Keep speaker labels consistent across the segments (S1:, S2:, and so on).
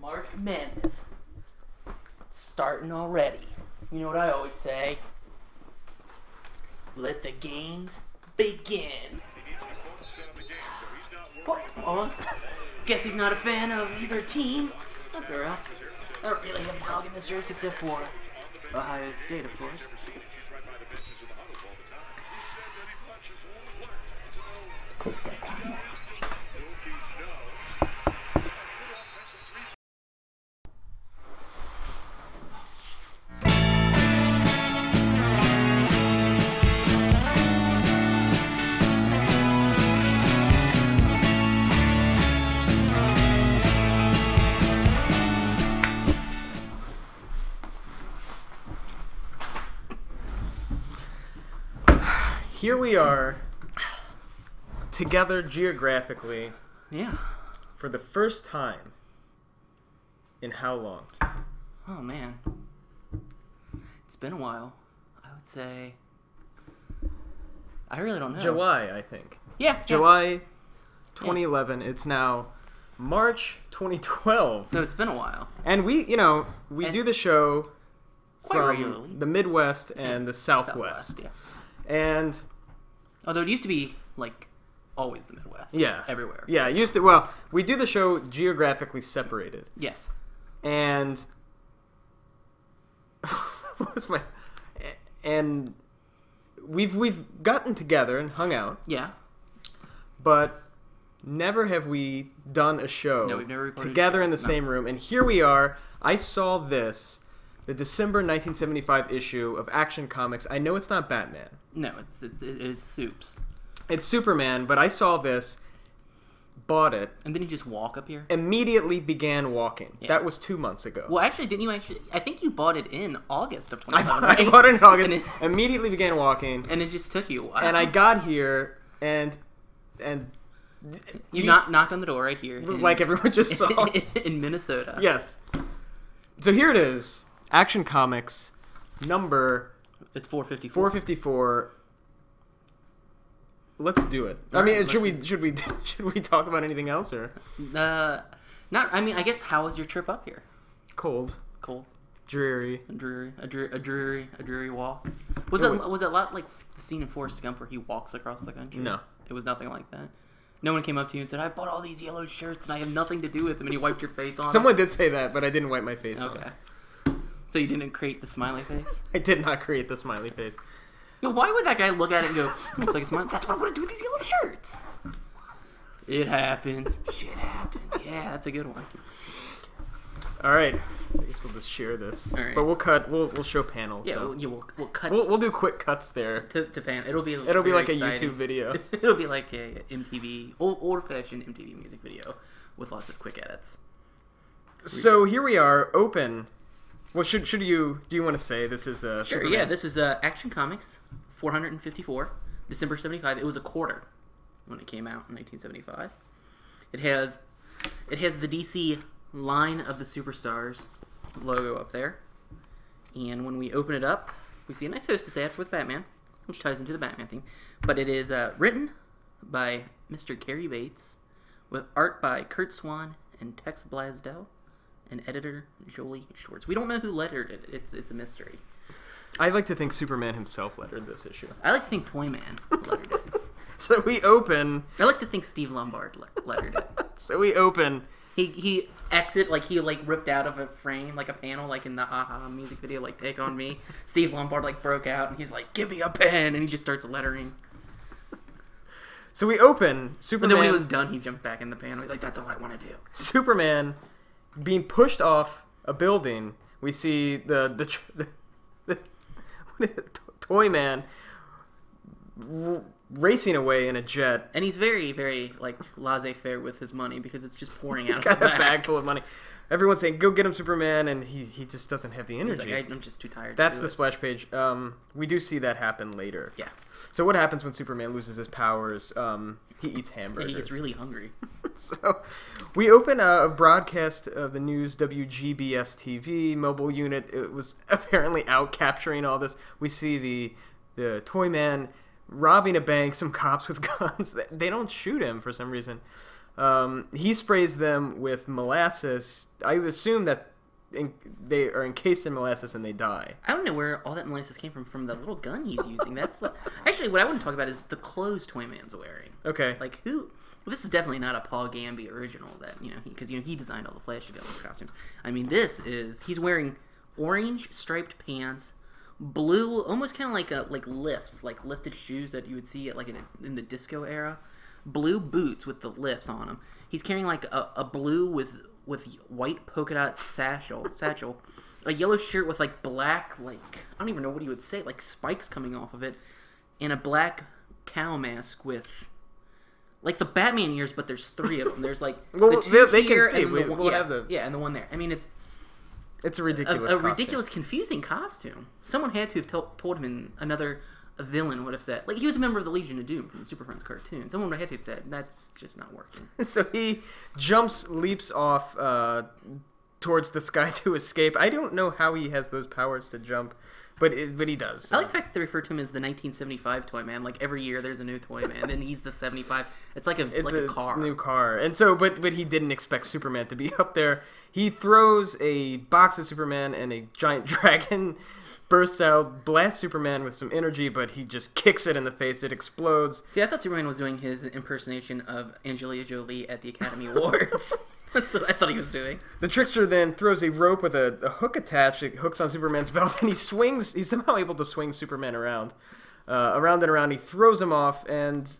S1: March Madness. It's starting already. You know what I always say? Let the games begin. Oh, hold on. Guess he's not a fan of either team. Oh, girl. I don't really have a dog in this race except for Ohio State, of course.
S2: Here we are, together geographically
S1: Yeah.
S2: for the first time in how long?
S1: Oh man. It's been a while. I would say. I really don't know.
S2: July, I think.
S1: Yeah. July.
S2: July 2011. It's now March 2012.
S1: So it's been a while.
S2: And we, you know, we
S1: And-
S2: do the show
S1: Quite
S2: from
S1: regularly.
S2: the Midwest and the Southwest.
S1: yeah.
S2: And
S1: Although it used to be like always the Midwest.
S2: yeah,
S1: Everywhere.
S2: Yeah, used to well, we do the show geographically separated.
S1: Yes.
S2: And what was my and we've we've gotten together and hung out,
S1: Yeah.
S2: but never have we done a show
S1: No, we've never recorded a
S2: together
S1: show.
S2: in the
S1: No.
S2: same room. And here we are. I saw this the December 1975 issue of Action Comics. I know it's not Batman.
S1: No, it's it's it is soups.
S2: It's Superman, but I saw this, bought it,
S1: And then you just walk up here.
S2: immediately began walking.
S1: Yeah.
S2: That was two months ago.
S1: Well, actually, didn't you actually? I think you bought it in August of
S2: I,
S1: 2011.
S2: bought, I
S1: right?
S2: bought it in August,
S1: And it,
S2: immediately began walking,
S1: and it just took you a while.
S2: and I got here, and and
S1: you,
S2: you-
S1: knock knocked on the door right here. in-
S2: like everyone just saw,
S1: in Minnesota.
S2: yes. So here it is, Action Comics, number
S1: It's 454.
S2: 454. Let's do it. I
S1: All
S2: mean,
S1: right,
S2: should we
S1: let's
S2: should we should we talk about anything else or
S1: Uh, not. I mean, I guess. How was your trip up here?
S2: cold,
S1: Cold,
S2: dreary?
S1: and dreary, a dreary, a dreary, a dreary walk. Was
S2: It
S1: it?
S2: was-
S1: Was it a lot like the scene in Forrest Gump where he walks across the country?
S2: No.
S1: it was nothing like that. No one came up to you and said, "I bought all these yellow shirts and I have nothing to do with them," and you wiped your face on.
S2: Someone did say that, but I didn't wipe my face.
S1: Them.
S2: on it.
S1: Okay. So you didn't create the smiley face.
S2: I did not create the smiley face.
S1: Yo, why would that guy look at it and go, "Looks like a smile"? That's what I want to do with these yellow shirts. It happens. Shit happens. Yeah, that's a good one.
S2: All right, I guess we'll just share this,
S1: All right.
S2: but we'll cut. We'll we'll show panels.
S1: Yeah,
S2: so.
S1: we'll, yeah, we'll, we'll cut
S2: We'll, we'll do quick cuts there.
S1: to, to fan. It'll be
S2: It'll be
S1: very
S2: like a
S1: exciting.
S2: YouTube video.
S1: It'll be like a MTV old old fashioned MTV music video with lots of quick edits.
S2: so here we are, open. Well, should should you do you want to say this is the
S1: Sure. Yeah, this is uh, Action Comics 454, December 75. It was a quarter when it came out in 1975. It has it has the DC line of the superstars logo up there, and when we open it up, we see a nice hostess ad with Batman, which ties into the Batman thing. But it is uh, written by Mr. Gary Bates, with art by Kurt Swan and Tex Blasdell. And editor Jolie Schwartz. We don't know who lettered it. It's it's a mystery.
S2: I like to think Superman himself lettered this issue.
S1: I like to think Toyman lettered it.
S2: So we open.
S1: I like to think Steve Lombard le- lettered it.
S2: So we open.
S1: He he exit like he like ripped out of a frame like a panel like in the Aha music video like Take on Me. Steve Lombard like broke out and he's like Give me a pen and he just starts lettering.
S2: So we open
S1: And
S2: Superman.
S1: then when he was done, he jumped back in the panel. He's like That's all I want to do.
S2: Superman being pushed off a building. We see the the, tr- the, the what is it? To- Toy Man r- racing away in a jet.
S1: And he's very very like laissez faire with his money because it's just pouring
S2: He's
S1: out
S2: got
S1: of
S2: a
S1: the bag.
S2: bag full of money. Everyone's saying, "Go get him, Superman," and he he just doesn't have the
S1: He's
S2: energy.
S1: like I, am just too tired.
S2: That's
S1: to
S2: the
S1: do
S2: splash page. Um, we do see that happen later.
S1: it. yeah.
S2: So what happens when Superman loses his powers? Um, he eats hamburgers.
S1: He gets really hungry.
S2: So, we open a broadcast of the news WGBS TV mobile unit. It was apparently out capturing all this. We see the the toy man robbing a bank, some cops with guns. They- They don't shoot him for some reason. Um, he sprays them with molasses. I assume that in, they are encased in molasses and they die.
S1: I don't know where all that molasses came from from the little gun he's using. That's the, actually what I want to talk about is the clothes Toy Man's wearing.
S2: Okay.
S1: Like who? This is definitely not a Paul Gamby original. That you know because you know he designed all the Flash villains costumes. I mean this is he's wearing orange striped pants, blue almost kind of like a like lifts like lifted shoes that you would see at like in, in the disco era, blue boots with the lifts on them. He's carrying like a, a blue with with white polka dot satchel satchel, a yellow shirt with like black like I don't even know what he would say like spikes coming off of it, and a black cow mask with like the Batman ears, but there's three of them. There's like
S2: Well,
S1: the two
S2: they- they can
S1: here
S2: see.
S1: and
S2: We-
S1: the one,
S2: we'll
S1: yeah,
S2: have the-
S1: yeah, and the one there. I mean, it's
S2: It's a
S1: a,
S2: ridiculous.
S1: a
S2: costume.
S1: ridiculous, confusing costume. Someone had to have to- told him, and another villain would have said, like he was a member of the Legion of Doom from the Super Friends cartoon. Someone would have had to have said, that's just not working.
S2: So he jumps, leaps off uh, towards the sky to escape. I don't know how he has those powers to jump, but it, but he does.
S1: I like the fact that they refer to him as the 1975 Toy Man. Like every year, there's a new Toy Man, and he's the 75. It's like a
S2: it's
S1: like a, car.
S2: new car, and so but but he didn't expect Superman to be up there. He throws a box at Superman, and a giant dragon bursts out, blasts Superman with some energy, but he just kicks it in the face. It explodes.
S1: See, I thought Superman was doing his impersonation of Angelina Jolie at the Academy Awards. That's what I thought he was doing.
S2: The trickster then throws a rope with a, a hook attached. It hooks on Superman's belt, and he swings. He's somehow able to swing Superman around, uh, around and around. He throws him off, and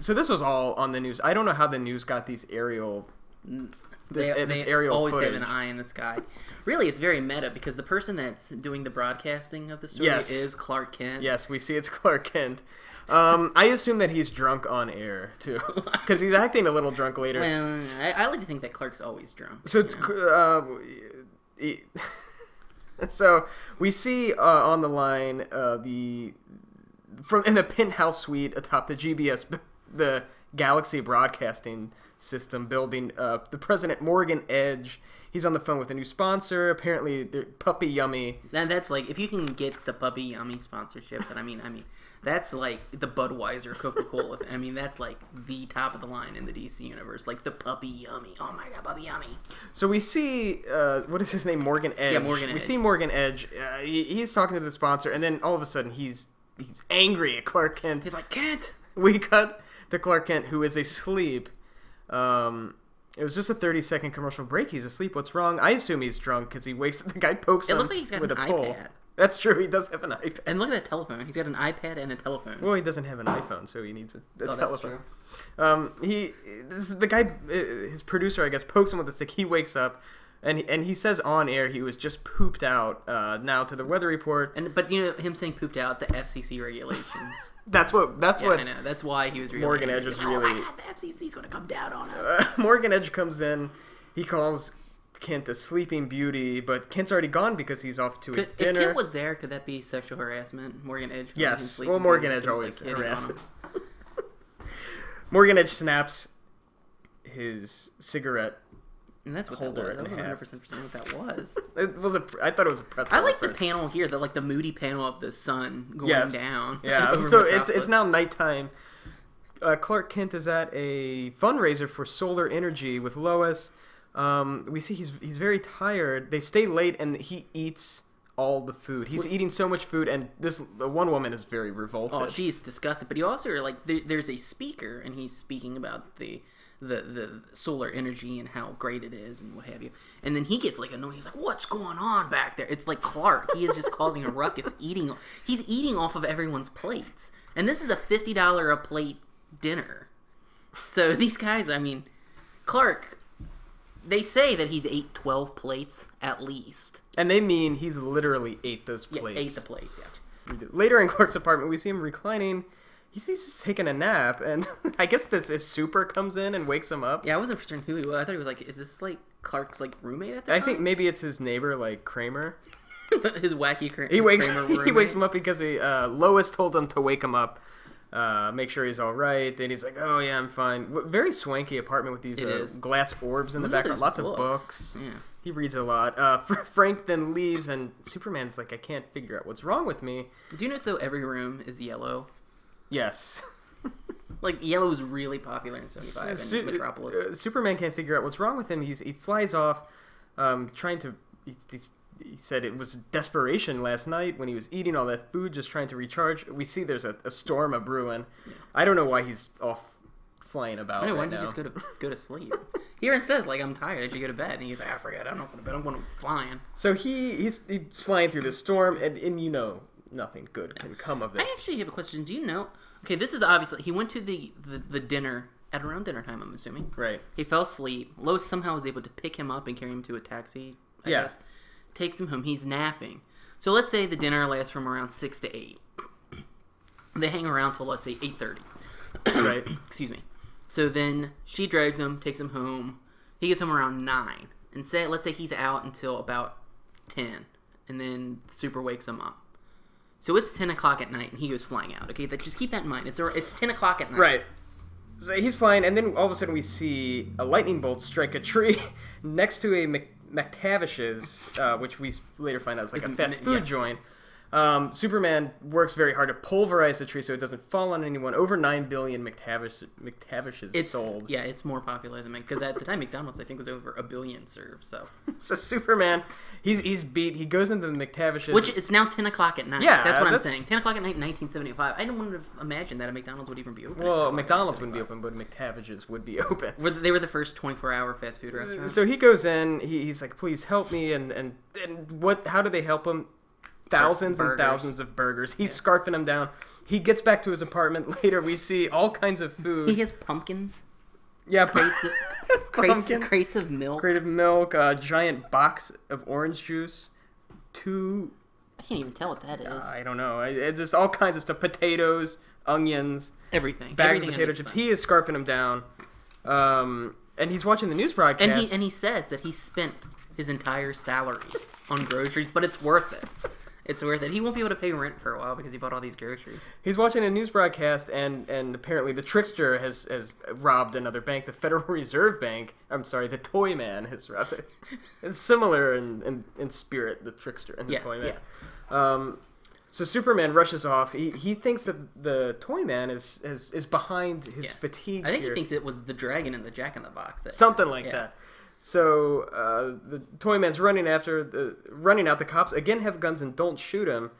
S2: so this was all on the news. I don't know how the news got these aerial. This, uh,
S1: they,
S2: this
S1: they
S2: aerial
S1: always
S2: footage.
S1: have an eye in the sky. Really, it's very meta because the person that's doing the broadcasting of the story
S2: Yes.
S1: is Clark Kent.
S2: Yes, we see it's Clark Kent. Um, I assume that he's drunk on air too, because he's acting a little drunk later.
S1: Well, I, I like to think that Clark's always drunk.
S2: So,
S1: you know?
S2: uh, e- so we see uh, on the line uh, the from in the penthouse suite atop the GBS, b- the Galaxy Broadcasting System building. Uh, the president Morgan Edge. He's on the phone with a new sponsor. Apparently, they're- Puppy Yummy.
S1: Now that's like if you can get the Puppy Yummy sponsorship, then I mean, I mean, that's like the Budweiser Coca Cola. I mean, that's like the top of the line in the DC universe. Like the Puppy Yummy. Oh my God, Puppy Yummy.
S2: So we see uh, what is his name? Morgan Edge.
S1: Yeah, Morgan
S2: We
S1: Edge.
S2: see Morgan Edge. Uh, he, he's talking to the sponsor, and then all of a sudden, he's he's angry at Clark Kent.
S1: He's like Kent.
S2: we cut to Clark Kent, who is asleep. Um, it was just a 30 second commercial break. He's asleep. What's wrong? I assume he's drunk because he wakes. The guy pokes
S1: It
S2: him
S1: looks like he's got
S2: with
S1: an
S2: a pole.
S1: iPad.
S2: That's true. He does have an iPad.
S1: And look at that telephone. He's got an iPad and a telephone.
S2: Well, he doesn't have an iPhone, so he needs a, a
S1: oh, that's
S2: telephone.
S1: true.
S2: Um, he, this, the guy, uh, his producer, I guess, pokes him with a stick. He wakes up, and he, and he says on air he was just pooped out. Uh, now to the weather report.
S1: And but you know him saying pooped out the FCC regulations.
S2: That's what. That's
S1: Yeah,
S2: what.
S1: I know. That's why he was really
S2: Morgan
S1: angry.
S2: Edge was
S1: Like, "Oh my
S2: really-
S1: God, the FCC's going to come down on us.
S2: Uh, Morgan Edge comes in. He calls Kent a sleeping beauty, but Kent's already gone because he's off to a
S1: Could, if
S2: dinner.
S1: Kent was there, could that be sexual harassment? Morgan Edge. calling him
S2: yes,
S1: sleeping
S2: well, Morgan
S1: beauty
S2: Edge
S1: because,
S2: always
S1: like, hitting on him.
S2: harasses. Morgan Edge snaps his cigarette.
S1: And that's what that
S2: Holder
S1: was. I
S2: in
S1: was
S2: half.
S1: 100 percent what that was.
S2: It was a. pr- I thought it was a pretzel.
S1: I like
S2: at
S1: the
S2: first.
S1: panel here, the like the moody panel of the sun going
S2: Yes.
S1: down.
S2: Yeah.
S1: over
S2: so it's
S1: Metropolis.
S2: it's now nighttime. Uh, Clark Kent is at a fundraiser for solar energy with Lois. Um, we see he's he's very tired. They stay late and he eats all the food. He's eating so much food, and this the one woman is very revolted.
S1: Oh, she's disgusted. But you also are like there, there's a speaker, and he's speaking about the the the solar energy and how great it is and what have you. And then he gets like annoyed. He's like, "What's going on back there?" It's like Clark. He is just causing a ruckus, eating. He's eating off of everyone's plates, and this is a fifty dollar a plate dinner. So these guys, I mean, Clark. They say that he's ate twelve plates at least.
S2: and they mean he literally ate those
S1: Yeah,
S2: plates.
S1: ate the plates. Yeah.
S2: Later in Clark's apartment, we see him reclining. He's he's just taking a nap, and I guess this is super comes in and wakes him up.
S1: Yeah, I wasn't certain who he was. I thought he was like, is this like Clark's like roommate at the
S2: I
S1: time?
S2: think maybe it's his neighbor, like Kramer.
S1: But his wacky cra-
S2: He wakes
S1: Kramer
S2: he
S1: roommate.
S2: wakes him up because he uh, Lois told him to wake him up, uh, make sure he's all right. Then he's like, "Oh yeah, I'm fine." W- Very swanky apartment with these
S1: It
S2: uh,
S1: is.
S2: glass orbs in the
S1: Look at
S2: background,
S1: those
S2: lots of
S1: books.
S2: books.
S1: Yeah.
S2: He reads a lot. Uh, Fr- Frank then leaves, and Superman's like, "I can't figure out what's wrong with me."
S1: Do you notice though every room is yellow?
S2: Yes,
S1: Like yellow was really popular in '75 in
S2: Su-
S1: Metropolis.
S2: uh, Superman can't figure out what's wrong with him. He's, he flies off, um, trying to. He, he, he said it was desperation last night when he was eating all that food, just trying to recharge. We see there's a, a storm a brewing. I don't know why he's off flying about.
S1: I know. Why
S2: right
S1: didn't
S2: now.
S1: you just go to go to sleep? he even says like I'm tired. I should go to bed. And he's like, I forget. I'm not going to bed. I'm going flying.
S2: So he he's, he's flying through this storm, and, and you know nothing good can come of this.
S1: I actually have a question. Do you know? Okay, this is obviously he went to the the, the dinner at around dinner time. I'm assuming.
S2: Right.
S1: He fell asleep. Lois somehow was able to pick him up and carry him to a taxi. I
S2: Yeah.
S1: guess. Takes him home. He's napping. So let's say the dinner lasts from around six to eight. They hang around till let's say eight thirty.
S2: Right.
S1: Excuse me. So then she drags him, takes him home. He gets home around nine. And say let's say he's out until about ten. And then Super wakes him up. So it's ten o'clock at night and he goes flying out. Okay, that just keep that in mind. It's ar- it's ten o'clock at night.
S2: Right. So he's flying, and then all of a sudden we see a lightning bolt strike a tree next to a Mc- McTavish's, uh, which we later find out is like
S1: It's
S2: a
S1: an-
S2: fast food
S1: yeah.
S2: joint. Um, Superman works very hard to pulverize the tree so it doesn't fall on anyone. Over nine billion McTavish McTavishes
S1: It's
S2: sold.
S1: yeah, it's more popular than because at the time McDonald's I think was over a billion served. So
S2: So Superman, he's he's beat. He goes into the McTavishes.
S1: which it's now ten o'clock at night.
S2: Yeah,
S1: that's what I'm
S2: that's-
S1: saying. Ten o'clock at night, nineteen seventy five. I didn't want to imagine that a McDonald's would even be open. at 10
S2: well,
S1: o'clock at
S2: McDonald's wouldn't be
S1: 1975.
S2: open, but McTavishes would be open.
S1: Were the- they were the first twenty four hour fast food restaurant.
S2: Uh, So he goes in. He, he's like, "Please help me!" And and and what? How do they help him? Thousands and
S1: Burgers.
S2: thousands of burgers. He's scarfing them down. He gets back to his apartment later. We see all kinds of
S1: he
S2: food.
S1: has pumpkins,
S2: Yeah,
S1: crates, of, crates,
S2: pumpkin,
S1: crates of milk.
S2: crate of milk, a giant box of orange juice, two.
S1: I can't even tell what that is.
S2: I don't know. I- It's just all kinds of stuff. Potatoes, onions,
S1: everything.
S2: bags
S1: everything
S2: of potato
S1: under the
S2: chips.
S1: sun.
S2: He is scarfing them down. Um, and he's watching the news broadcast.
S1: and he and he says that he spent his entire salary on groceries, but it's worth it. It's worth it. He won't be able to pay rent for a while because he bought all these groceries.
S2: He's watching a news broadcast, and, and apparently the trickster has, has robbed another bank, the Federal Reserve Bank. I'm sorry, the Toy Man has robbed it. It's similar in, in, in spirit, the trickster and the
S1: Yeah,
S2: Toy Man.
S1: yeah.
S2: Um, so Superman rushes off. He, he thinks that the Toy Man is, is, is behind his
S1: Yeah.
S2: fatigue.
S1: I think
S2: here.
S1: he thinks it was the dragon and the Jack in the Box. That,
S2: something like
S1: Yeah.
S2: that. So uh, the toy man's running after the running out. The cops again have guns and don't shoot him.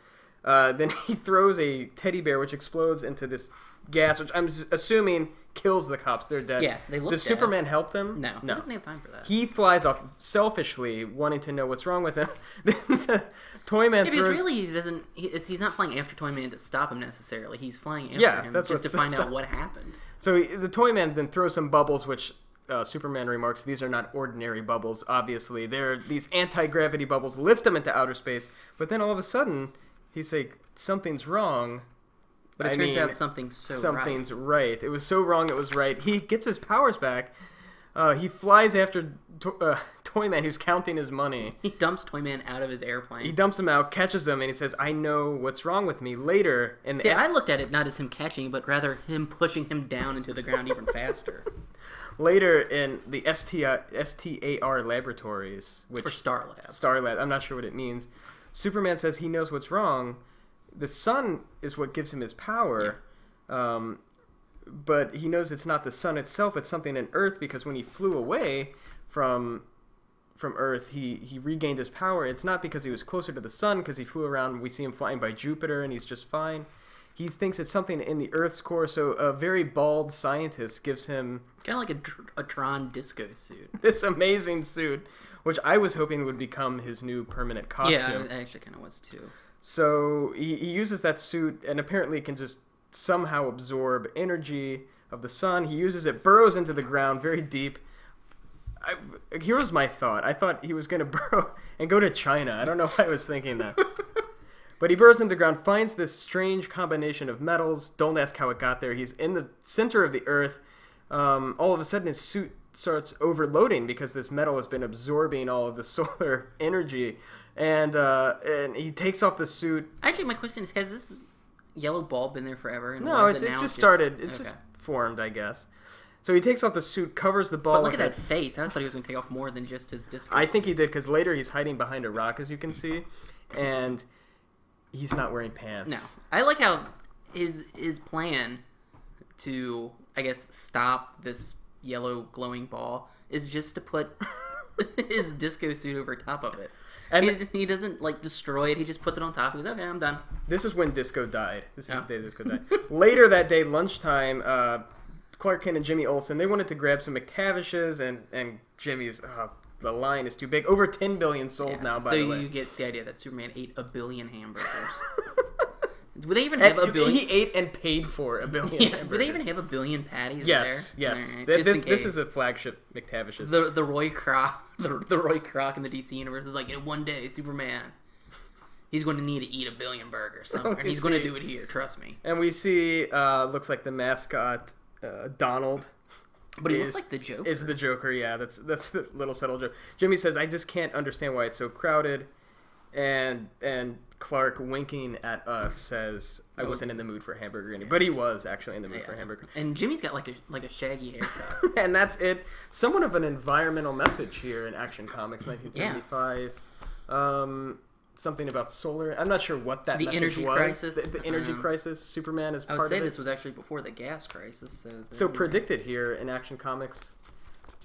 S2: Uh, then he throws a teddy bear, which explodes into this gas, which I'm s- assuming kills the cops. They're dead.
S1: Yeah, they look
S2: Does
S1: dead.
S2: Superman help them?
S1: no, he
S2: no.
S1: doesn't have time for that.
S2: He flies off selfishly, wanting to know what's wrong with him. then the toy man
S1: Yeah, because
S2: throws.
S1: really, he doesn't. He, it's, he's not flying after Toy Man to stop him necessarily. He's flying after
S2: Yeah,
S1: him
S2: that's
S1: just to
S2: what-
S1: find
S2: so-
S1: out what happened.
S2: So he, the toy man then throws some bubbles, which uh, Superman remarks, "These are not ordinary bubbles. Obviously, they're these anti-gravity bubbles. Lift them into outer space." But then all of a sudden, he's like, "Something's wrong."
S1: But it
S2: I
S1: turns
S2: mean,
S1: out something so
S2: something's
S1: right.
S2: right. It was so wrong. It was right. He gets his powers back. Uh, he flies after to- uh, Toy Man, who's counting his money.
S1: He dumps Toy Man out of his
S2: He
S1: airplane.
S2: dumps him out, catches him, and he says, "I know what's wrong with me." Later, and
S1: See, I looked at it not as him catching, but rather him pushing him down into the ground even faster.
S2: later in the STI, STAR laboratories, which
S1: Or Star Labs.
S2: Starlight. I'm not sure what it means. Superman says he knows what's wrong. The sun is what gives him his power, um, but he knows it's not the sun itself. It's something in Earth because when he flew away from from Earth, he he regained his power. It's not because he was closer to the sun because he flew around. We see him flying by Jupiter, and he's just fine. He thinks it's something in the Earth's core. So a very bald scientist gives him
S1: Kind of like a, tr- a Tron disco suit.
S2: this amazing suit, which I was hoping would become his new permanent costume.
S1: Yeah, I I actually kind of was too.
S2: So he, he uses that suit and apparently can just somehow absorb energy of the sun. He uses it, burrows into the ground very deep. I, here was my thought. I thought he was going to burrow and go to China. I don't know why I was thinking that. but he burrows into the ground, finds this strange combination of metals. Don't ask how it got there. He's in the center of the earth. Um, all of a sudden, his suit starts overloading because this metal has been absorbing all of the solar energy. And, uh, and he takes off the suit.
S1: Actually, my question is: Has this yellow ball been there forever? And
S2: No,
S1: why is
S2: it's,
S1: it
S2: it's
S1: now
S2: just started. It
S1: Okay.
S2: just formed, I guess. So he takes off the suit, covers the ball.
S1: But look at
S2: with
S1: that
S2: it.
S1: face. I thought he was going to take off more than just his disco.
S2: I think he did because later he's hiding behind a rock, as you can see, and he's not wearing pants.
S1: No, I like how his his plan to, I guess, stop this yellow glowing ball is just to put his disco suit over top of it.
S2: And-
S1: And he, he doesn't like destroy it. He just puts it on top. He goes, "Okay, I'm done."
S2: This is when Disco died. This is
S1: Yeah.
S2: the day Disco died. Later that day, lunchtime, uh, Clark Kent and Jimmy Olsen they wanted to grab some McTavishes, and and Jimmy's uh, the line is too big. Over ten billion sold
S1: Yeah.
S2: now. By
S1: so
S2: the
S1: you
S2: way,
S1: get the idea that Superman ate a billion hamburgers. do they even have a
S2: And
S1: billion?
S2: he ate and paid for a billion.
S1: yeah, do they
S2: hamburgers.
S1: even have a billion patties?
S2: Yes,
S1: there?
S2: yes.
S1: Alright,
S2: Th-
S1: just in
S2: this this
S1: case.
S2: is a flagship McTavishes.
S1: the the Roy Croc the, the Roy Croc in the DC universe is like you know, one day Superman he's going to need to eat a billion burgers somewhere and he's going to
S2: see.
S1: do it here trust me
S2: and we see uh, looks like the mascot uh, Donald
S1: but he
S2: Is-
S1: looks like the Joker
S2: is the Joker. Yeah, that's that's the little subtle joke. Jimmy says, "I just can't understand why it's so crowded," and and Clark winking at us says, "I wasn't in the mood for hamburger anymore," but he was actually in the mood for
S1: Yeah.
S2: hamburger.
S1: and Jimmy's got like a like a shaggy haircut
S2: and that's it. Somewhat of an environmental message here in Action Comics, 1975. Um, something about solar. I'm not sure what that
S1: The
S2: message
S1: energy
S2: was.
S1: crisis,
S2: The, the energy
S1: um,
S2: crisis. Superman is
S1: I
S2: part
S1: would say
S2: of it.
S1: this was actually before the gas crisis so
S2: so
S1: the-
S2: predicted here in Action Comics.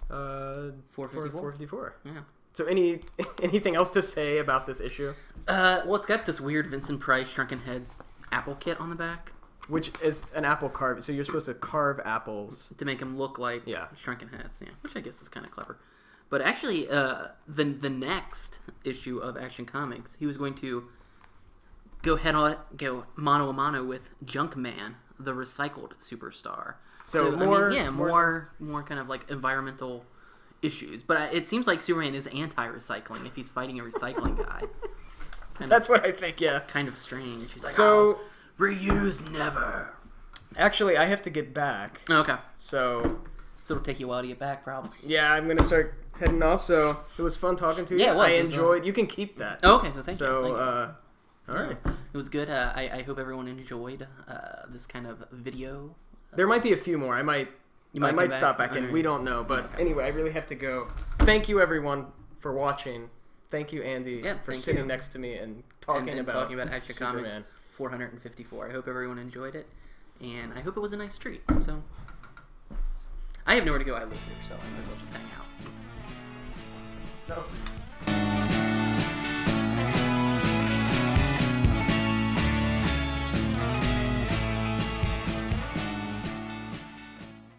S2: Uh,
S1: 454?
S2: 454.
S1: yeah
S2: So any anything else to say about this issue,
S1: uh well it's got this weird Vincent Price shrunken head apple kit on the back
S2: which is an apple carve. So you're supposed to carve apples.
S1: to make him look like
S2: Yeah.
S1: shrunken heads, yeah, which I guess is kind of clever. But actually, uh, the the next issue of Action Comics, he was going to go head on, go mano a mano with Junkman, the recycled superstar.
S2: So more-
S1: yeah,
S2: more-
S1: more, more kind of like environmental issues. But I, it seems like Superman is anti-recycling if he's fighting a recycling guy. kind
S2: That's
S1: of,
S2: what I think. Yeah.
S1: kind of strange. He's like, "Oh,
S2: So
S1: reuse never.
S2: actually, I have to get back.
S1: Okay,
S2: So
S1: so it'll take you a while to get back, probably.
S2: yeah, I'm gonna start heading off. So it was fun talking to you.
S1: Yeah, it was.
S2: I
S1: It was, uh,
S2: enjoyed. You can keep that.
S1: Oh, okay, well, thank you.
S2: so
S1: thank you.
S2: uh, all
S1: Yeah,
S2: right.
S1: It was good. Uh, I, I hope everyone enjoyed uh, this kind of video.
S2: There might be a few more. I might.
S1: You might
S2: I
S1: come
S2: might
S1: back.
S2: stop back in.
S1: Alright.
S2: We don't know, but anyway, I really have to go. Thank you, everyone, for watching. Thank you, Andy,
S1: Yeah,
S2: for
S1: thank
S2: sitting
S1: you.
S2: next to me and
S1: And-
S2: talking
S1: and
S2: about
S1: talking about Action
S2: Superman.
S1: Comics 454. I hope everyone enjoyed it, and I hope it was a nice treat. So, I have nowhere to go. I live here, so I might as well just hang out.
S2: No.